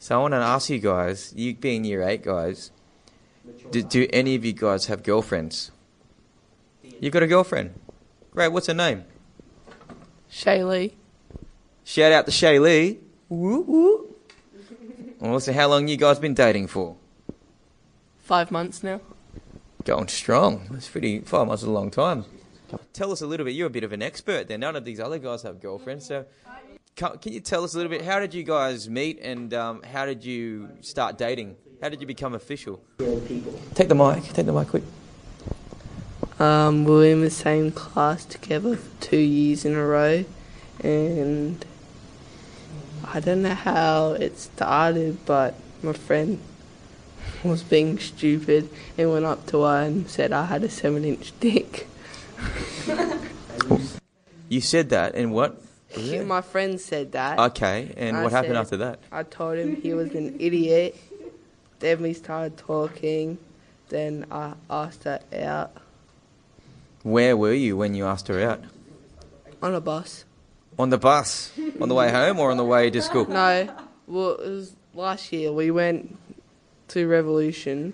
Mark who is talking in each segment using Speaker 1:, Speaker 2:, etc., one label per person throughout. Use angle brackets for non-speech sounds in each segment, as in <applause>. Speaker 1: So I want to ask you guys, you being year eight guys, do, do any of you guys have girlfriends? You've got a girlfriend. Great, what's her name?
Speaker 2: Shaylee.
Speaker 1: Shout out to Shaylee. Woo woo. Well, so how long you guys been dating for?
Speaker 2: Five months now.
Speaker 1: Going strong. That's pretty, five months is a long time. Tell us a little bit, you're a bit of an expert there. None of these other guys have girlfriends, so can, can you tell us a little bit, how did you guys meet and um, how did you start dating? How did you become official? Take the mic, take the mic quick.
Speaker 2: Um, we were in the same class together for two years in a row, and I don't know how it started, but my friend was being stupid and went up to her and said I had a seven inch dick.
Speaker 1: You said that, and what?
Speaker 2: My friend said that.
Speaker 1: Okay, and
Speaker 2: I
Speaker 1: what happened
Speaker 2: said-
Speaker 1: after that?
Speaker 2: I told him he was an idiot. Then we started talking. Then I asked her out
Speaker 1: Where were you when you asked her out?
Speaker 2: on a bus.
Speaker 1: On the bus, on the
Speaker 2: <laughs>
Speaker 1: way home, or on the way to school?
Speaker 2: No, well, it was last year. We went to Revolution,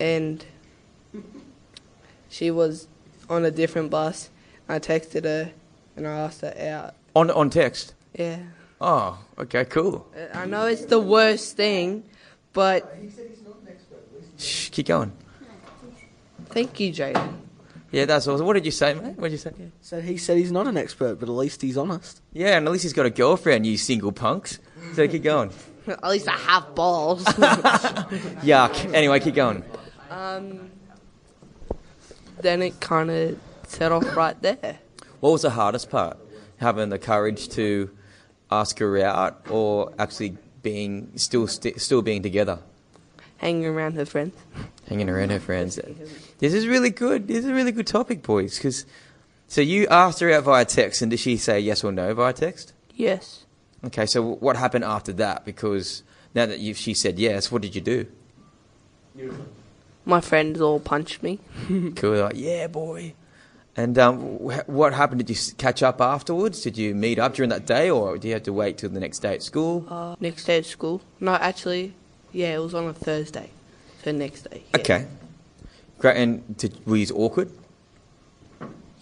Speaker 2: and she was on a different bus. I texted her, and I asked her out.
Speaker 1: On on text.
Speaker 2: Yeah,
Speaker 1: Oh, okay, cool.
Speaker 2: I know it's the worst thing, but
Speaker 1: Shh, keep going.
Speaker 2: thank you, Jaden.
Speaker 1: Yeah, that's awesome. What did you say, mate? What did you say?
Speaker 3: So he said he's not an expert, but at least he's honest.
Speaker 1: Yeah, and at least he's got a girlfriend. You single punks. So keep
Speaker 2: <laughs>
Speaker 1: going.
Speaker 2: At least I have balls.
Speaker 1: Yuck. Anyway, keep going.
Speaker 2: then it kind of set off right there.
Speaker 1: What was the hardest part? Having the courage to ask her out, or actually being still sti still being together?
Speaker 2: Hanging around her friends.
Speaker 1: hanging around her friends. This is really good. This is a really good topic, boys. Because so you asked her out via text, and did she say yes or no via text?
Speaker 2: Yes.
Speaker 1: Okay, so what happened after that? Because now that you she said yes, what did you do?
Speaker 2: My friends all punched me.
Speaker 1: Cool, like yeah, boy. And um, wh- what happened? Did you s- catch up afterwards? Did you meet up during that day, or do you have to wait till the next day at school?
Speaker 2: Uh, next day at school. No, actually, yeah, it was on a Thursday. So next day. yeah.
Speaker 1: Okay, great. And did, were you awkward?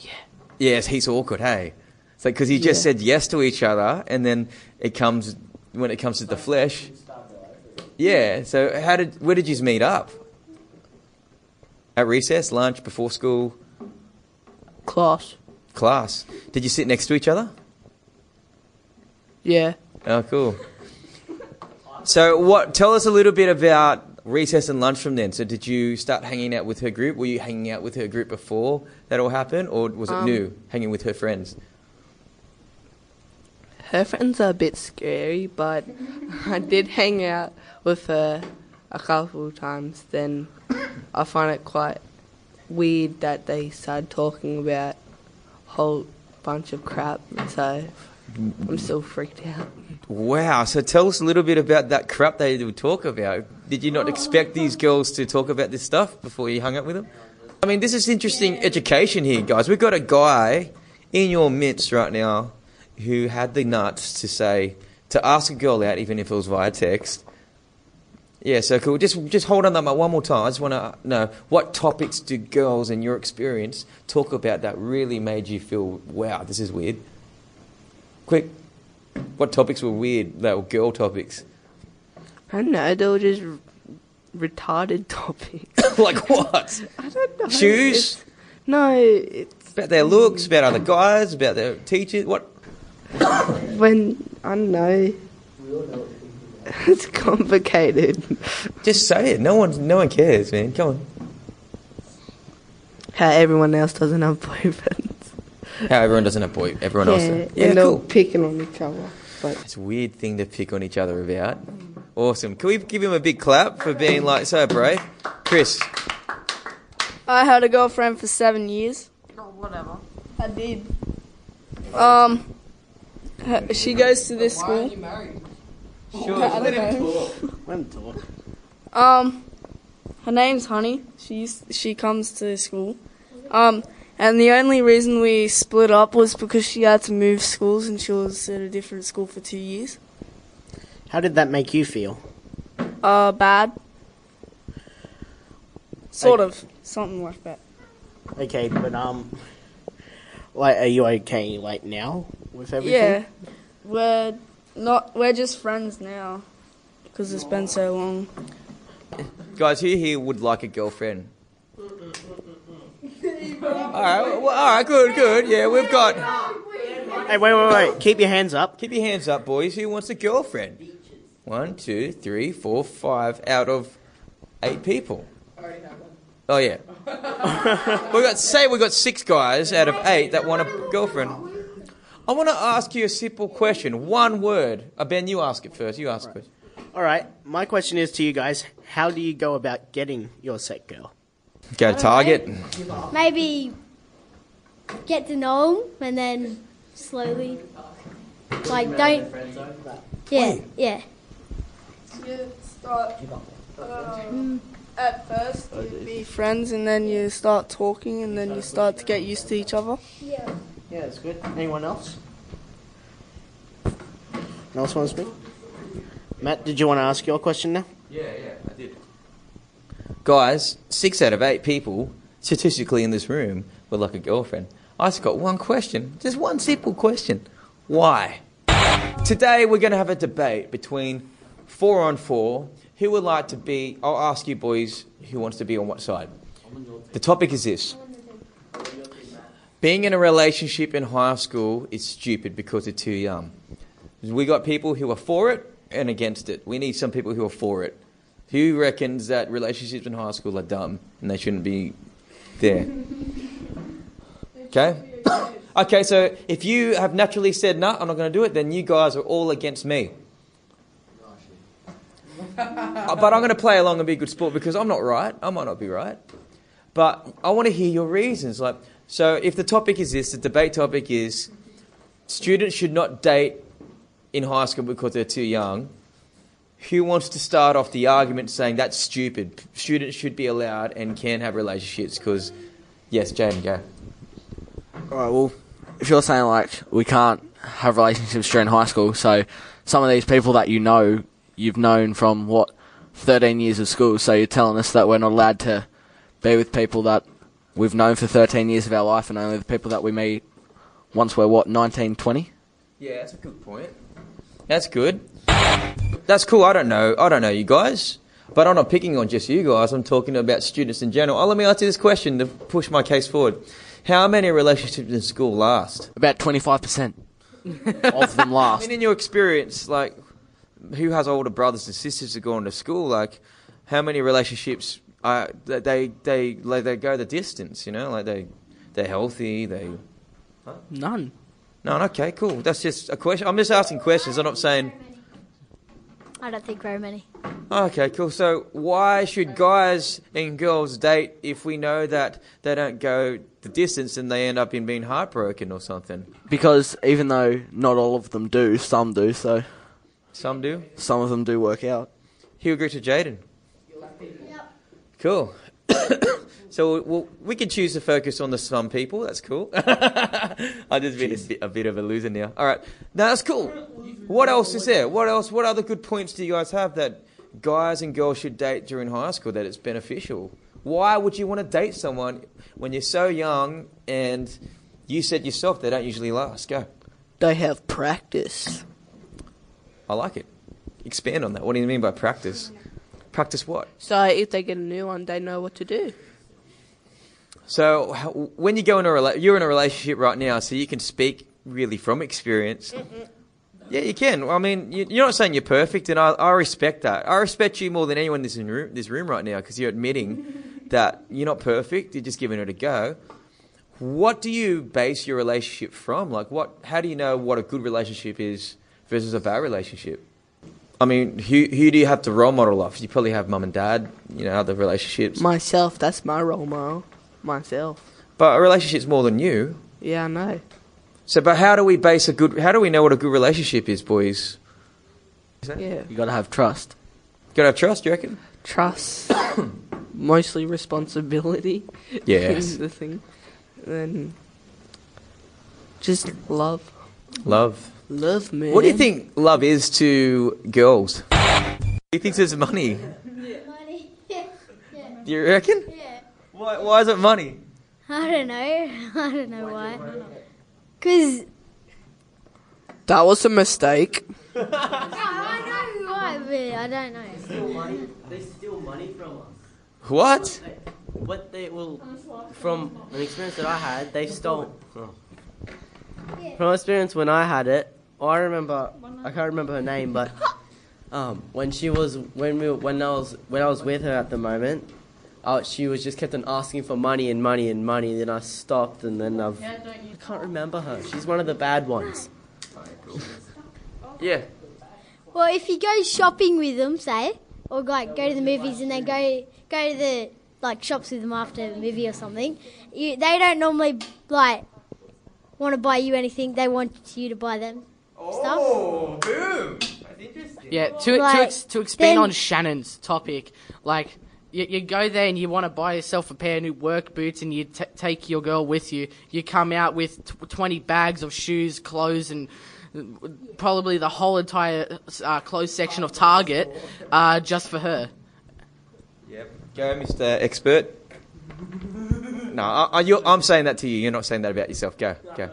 Speaker 2: Yeah.
Speaker 1: Yes, he's awkward, hey. It's like because you just
Speaker 2: Yeah.
Speaker 1: said yes to each other, and then it comes when it comes to the flesh. Yeah. So how did where did you meet up? At recess, lunch, before school,
Speaker 2: Class.
Speaker 1: class. Did you sit next to each other?
Speaker 2: Yeah.
Speaker 1: Oh, cool. So what? Tell us a little bit about recess and lunch from then. So did you start hanging out with her group? Were you hanging out with her group before that all happened, or was it new hanging with her friends?
Speaker 2: Her friends are a bit scary, but <laughs> I did hang out with her a couple of times. Then I find it quite weird that they started talking about whole bunch of crap. So I'm still freaked out.
Speaker 1: Wow. So tell us a little bit about that crap they would talk about. Did you not expect these girls to talk about this stuff before you hung up with them? I mean, this is interesting education here, guys. We've got a guy in your midst right now who had the nuts to say, to ask a girl out, even if it was via text. Yeah, so cool. Just, just hold on that one more time. I just want to know what topics do girls in your experience talk about that really made you feel, wow, this is weird? Quick. What topics were weird? That were girl topics. <coughs>
Speaker 2: I don't know, they were just r- retarded <laughs> topics.
Speaker 1: like what?
Speaker 2: I don't know.
Speaker 1: Shoes?
Speaker 2: It's- no, it's
Speaker 1: About their looks, about other guys, about their teachers. What?
Speaker 2: when I don't know. It's complicated.
Speaker 1: Just say it. No one, no one cares, man. Come on.
Speaker 2: How everyone else doesn't have boyfriends.
Speaker 1: How everyone doesn't have boy, everyone else. does.
Speaker 2: yeah,
Speaker 1: Yeah,
Speaker 2: and they're
Speaker 1: cool.
Speaker 2: picking on each other. But
Speaker 1: It's a weird thing to pick on each other about. Awesome. Can we give him a big clap for being like so brave, Chris?
Speaker 4: I had a girlfriend for seven years.
Speaker 1: Oh,
Speaker 4: Or whatever. I did. Um, her- she goes to this school.
Speaker 1: Sure. Let him talk.
Speaker 3: Let him talk.
Speaker 4: Um, Her name's Honey. She used, she comes to school. Um, and the only reason we split up was because she had to move schools and she was at a different school for two years.
Speaker 5: How did that make you feel?
Speaker 4: Uh, bad. Sort
Speaker 5: Like-
Speaker 4: of. Something like that.
Speaker 5: Okay, but um, like, are you okay like now with everything?
Speaker 4: Yeah. We're not, we're just friends now. Because it's been so long.
Speaker 1: Guys, who here would like a girlfriend? all right, well, all right, good, good. Yeah, we've got.
Speaker 5: Hey, wait, wait, wait! Keep your hands up.
Speaker 1: Keep your hands up, boys. Who wants a girlfriend? One, two, three, four, five out of eight people. Oh yeah. we got say we got six guys out of eight that want a girlfriend. I want to ask you a simple question. One word. Uh, ben, you ask it first. You ask first.
Speaker 5: All right, my question is to you guys: How do you go about getting your set girl?
Speaker 1: Go to Target.
Speaker 6: maybe get to know them and then slowly, like, don't. Yeah, yeah.
Speaker 4: You start um, at first you'd be friends, and then you start talking, and then you start to get used to each other.
Speaker 5: Yeah, that's good. Anyone else? Anyone else want to speak? Matt, did you want to ask your question now?
Speaker 1: Yeah, yeah, I did. Guys, six out of eight people statistically in this room were like a girlfriend. I just got one question, just one simple question. Why? Today we're going to have a debate between four on four. Who would like to be? I'll ask you boys who wants to be on what side. The topic is this. Being in a relationship in high school is stupid because they're too young. We got people who are for it and against it. We need some people who are for it. Who reckons that relationships in high school are dumb and they shouldn't be there? Okay? Okay, so if you have naturally said, no, I'm not going to do it, then you guys are all against me. Uh, but I'm going to play along and be a good sport because I'm not right. I might not be right. But I want to hear your reasons. Like, so if the topic is this, the debate topic is students should not date in high school because they're too young. Who wants to start off the argument saying that's stupid? Students should be allowed and can have relationships because, yes, Jaden, go.
Speaker 3: All right. Well, if you're saying like we can't have relationships during high school, so some of these people that you know, you've known from what 13 years of school, so you're telling us that we're not allowed to be with people that we've known for 13 years of our life, and only the people that we meet once we're what 19, 20.
Speaker 1: Yeah, that's a good point. That's good. That's cool. I don't know. I don't know you guys, but I'm not picking on just you guys. I'm talking about students in general. Oh, let me ask you this question to push my case forward. How many relationships in school last?
Speaker 3: About 25% of them
Speaker 1: I
Speaker 3: last.
Speaker 1: mean, in your experience, like, who has older brothers and sisters that go on to school? Like, how many relationships are that they they like, they go the distance? You know, like they they're healthy. They
Speaker 3: None.
Speaker 1: no, okay, cool. That's just a question. I'm just asking questions. I'm not saying.
Speaker 6: I don't think very many.
Speaker 1: Okay, cool. So, why should guys and girls date if we know that they don't go the distance and they end up in being heartbroken or something?
Speaker 3: Because even though not all of them do, some do, so
Speaker 1: Some do.
Speaker 3: some of them do work out.
Speaker 1: Who agreed to Jaden? Cool. <coughs> so we'll, we can choose to focus on the some people. That's cool. <laughs> I just been a bit, a bit of a loser now. All right, no, that's cool. What else is there? What else? What other good points do you guys have that guys and girls should date during high school? That it's beneficial. Why would you want to date someone when you're so young and you said yourself they don't usually last? Go.
Speaker 2: They have practice.
Speaker 1: I like it. Expand on that. What do you mean by practice? Practice what?
Speaker 2: So if they get a new one, they know what to do.
Speaker 1: So how- when you go in a rela- you're in a relationship right now, so you can speak really from experience. Yeah, you can. I mean, you- you're not saying you're perfect, and I, I respect that. I respect you more than anyone in this in room, this room right now because you're admitting that you're not perfect. You're just giving it a go. What do you base your relationship from? Like, what? How do you know what a good relationship is versus a bad relationship? I mean, who who do you have to role model off? You probably have mum and dad, you know, other relationships.
Speaker 2: Myself, that's my role model. Myself.
Speaker 1: But a relationship's more than you.
Speaker 2: Yeah, I know.
Speaker 1: So, but how do we base a good? How do we know what a good relationship is, boys?
Speaker 2: Yeah.
Speaker 3: You gotta have trust.
Speaker 1: Gotta have trust, you reckon?
Speaker 2: Trust. <coughs> mostly responsibility.
Speaker 1: Yes.
Speaker 2: is the thing. Then just love,
Speaker 1: Love.
Speaker 2: love man.
Speaker 1: What do you think love is to girls? He thinks it's money.
Speaker 6: Money. yeah.
Speaker 1: Do you reckon?
Speaker 6: yeah.
Speaker 1: Why, why is it money?
Speaker 6: <laughs> I don't know. <laughs> I don't know why. Because.
Speaker 2: That was a mistake.
Speaker 6: I know why, but I don't know.
Speaker 7: money. They steal money from us.
Speaker 1: What?
Speaker 7: What they will from an experience that I had, they stole. oh. From experience when I had it, oh, I remember. I can't remember her name, but um, when she was when we were- when I was when I was with her at the moment, uh, she was just kept on asking for money and money and money. Then I stopped, and then I've I can't remember her. She's one of the bad ones.
Speaker 1: Yeah.
Speaker 6: Well, if you go shopping with them, say, or like go to the movies and then go go to the like shops with them after a movie or something, you, they don't normally like want to buy you anything. They want you to buy them stuff.
Speaker 8: Yeah, to,
Speaker 6: Like,
Speaker 8: to, ex- to expand
Speaker 6: then-
Speaker 8: on Shannon's topic, like, you, you go there and you want to buy yourself a pair of new work boots and you t- take your girl with you. You come out with tw 20 bags of shoes, clothes, and uh, probably the whole entire uh, clothes section of Target uh, just for her.
Speaker 1: Yep. Go, Mr. Expert. No, I, I, you I'm saying that to you. You're not saying that about yourself. Go, go.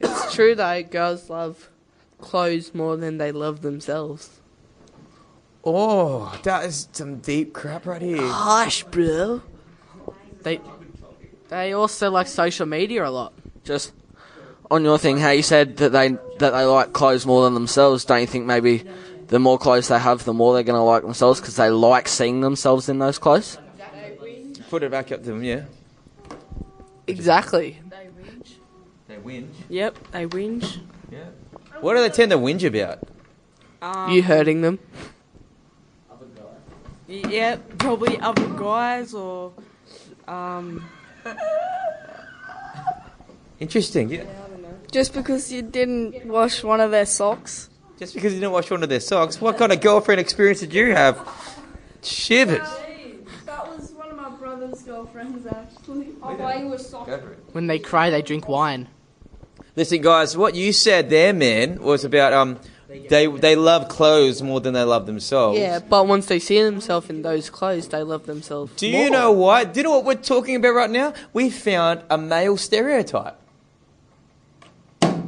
Speaker 2: It's true though. Girls love clothes more than they love themselves.
Speaker 1: Oh, that is some deep crap right here.
Speaker 2: Harsh, bro.
Speaker 8: They, they also like social media a lot.
Speaker 3: Just on your thing, how you said that they that they like clothes more than themselves. Don't you think maybe the more clothes they have, the more they're going to like themselves because they like seeing themselves in those clothes?
Speaker 1: Put it back up to them, yeah.
Speaker 2: Exactly.
Speaker 1: They whinge.
Speaker 2: Yep, they whinge.
Speaker 1: Yeah. What do they tend to whinge about?
Speaker 2: you hurting them?
Speaker 9: Yeah, probably other guys or um,
Speaker 1: Interesting. Yeah.
Speaker 4: Just because you didn't wash one of their socks.
Speaker 1: Just because you didn't wash one of their socks, what kind of girlfriend experience did you have? Shivers.
Speaker 4: That was one of my brother's girlfriends actually.
Speaker 8: When they cry, they drink wine.
Speaker 1: Listen, guys, what you said there, man, was about um, they they love clothes more than they love themselves.
Speaker 2: Yeah, but once they see themselves in those clothes, they love themselves.
Speaker 1: Do
Speaker 2: more.
Speaker 1: you know what? Do you know what we're talking about right now? We found a male stereotype.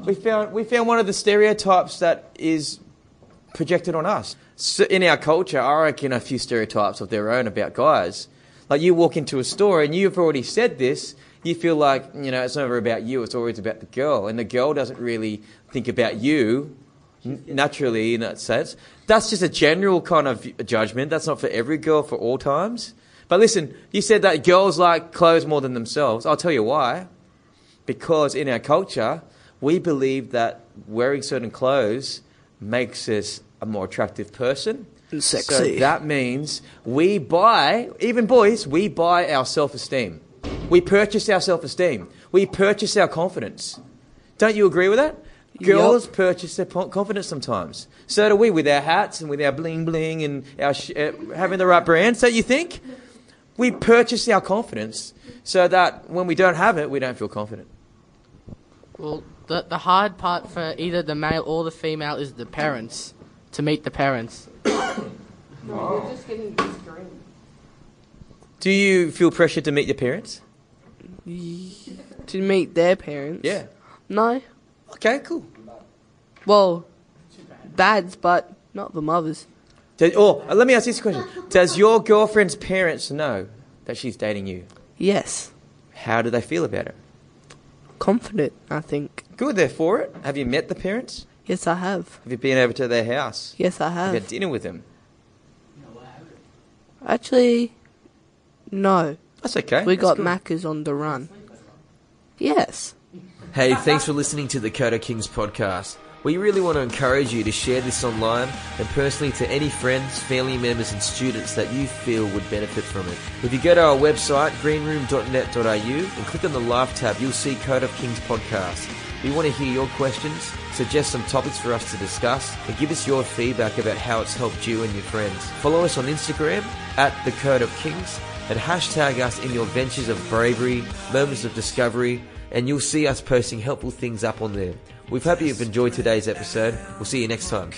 Speaker 1: We found we found one of the stereotypes that is projected on us so in our culture. I reckon a few stereotypes of their own about guys. Like you walk into a store and you've already said this. You feel like you know it's never about you. It's always about the girl, and the girl doesn't really think about you n- naturally in that sense. That's just a general kind of judgment. That's not for every girl for all times. But listen, you said that girls like clothes more than themselves. I'll tell you why. Because in our culture, we believe that wearing certain clothes makes us a more attractive person. So
Speaker 2: Sexy.
Speaker 1: that means we buy, even boys, we buy our self esteem. We purchase our self esteem. We purchase our confidence. Don't you agree with that? Girls purchase their po- confidence sometimes. So do we with our hats and with our bling bling and our sh- uh, having the right brands. Don't you think? We purchase our confidence so that when we don't have it, we don't feel confident.
Speaker 8: Well, the, the hard part for either the male or the female is the parents, to meet the parents.
Speaker 1: Do you feel pressure to meet your parents?
Speaker 2: To meet their parents?
Speaker 1: Yeah.
Speaker 2: No.
Speaker 1: Okay, cool.
Speaker 2: Well, dads, but not the mothers.
Speaker 1: Does, oh, let me ask this question. Does your girlfriend's parents know that she's dating you?
Speaker 2: Yes.
Speaker 1: How do they feel about it?
Speaker 2: Confident, I think.
Speaker 1: Good, they're for it. Have you met the parents?
Speaker 2: Yes, I have.
Speaker 1: Have you been over to their house?
Speaker 2: Yes, I
Speaker 1: Have you
Speaker 2: have.
Speaker 1: had dinner with them?
Speaker 2: Actually, no.
Speaker 1: That's okay.
Speaker 2: We
Speaker 1: That's
Speaker 2: got
Speaker 1: good.
Speaker 2: Macca's on the run. Yes.
Speaker 10: Hey, thanks for listening to the Coda Kings podcast. We really want to encourage you to share this online and personally to any friends, family members, and students that you feel would benefit from it. If you go to our website, greenroom.net.au, and click on the Life tab, you'll see Coda Kings podcast.
Speaker 1: We want to hear your questions, suggest some topics for us to discuss, and give us your feedback about how it's helped you and your friends. Follow us on Instagram at the Code of Kings and hashtag us in your ventures of bravery, moments of discovery, and you'll see us posting helpful things up on there. We hope you've enjoyed today's episode. We'll see you next time.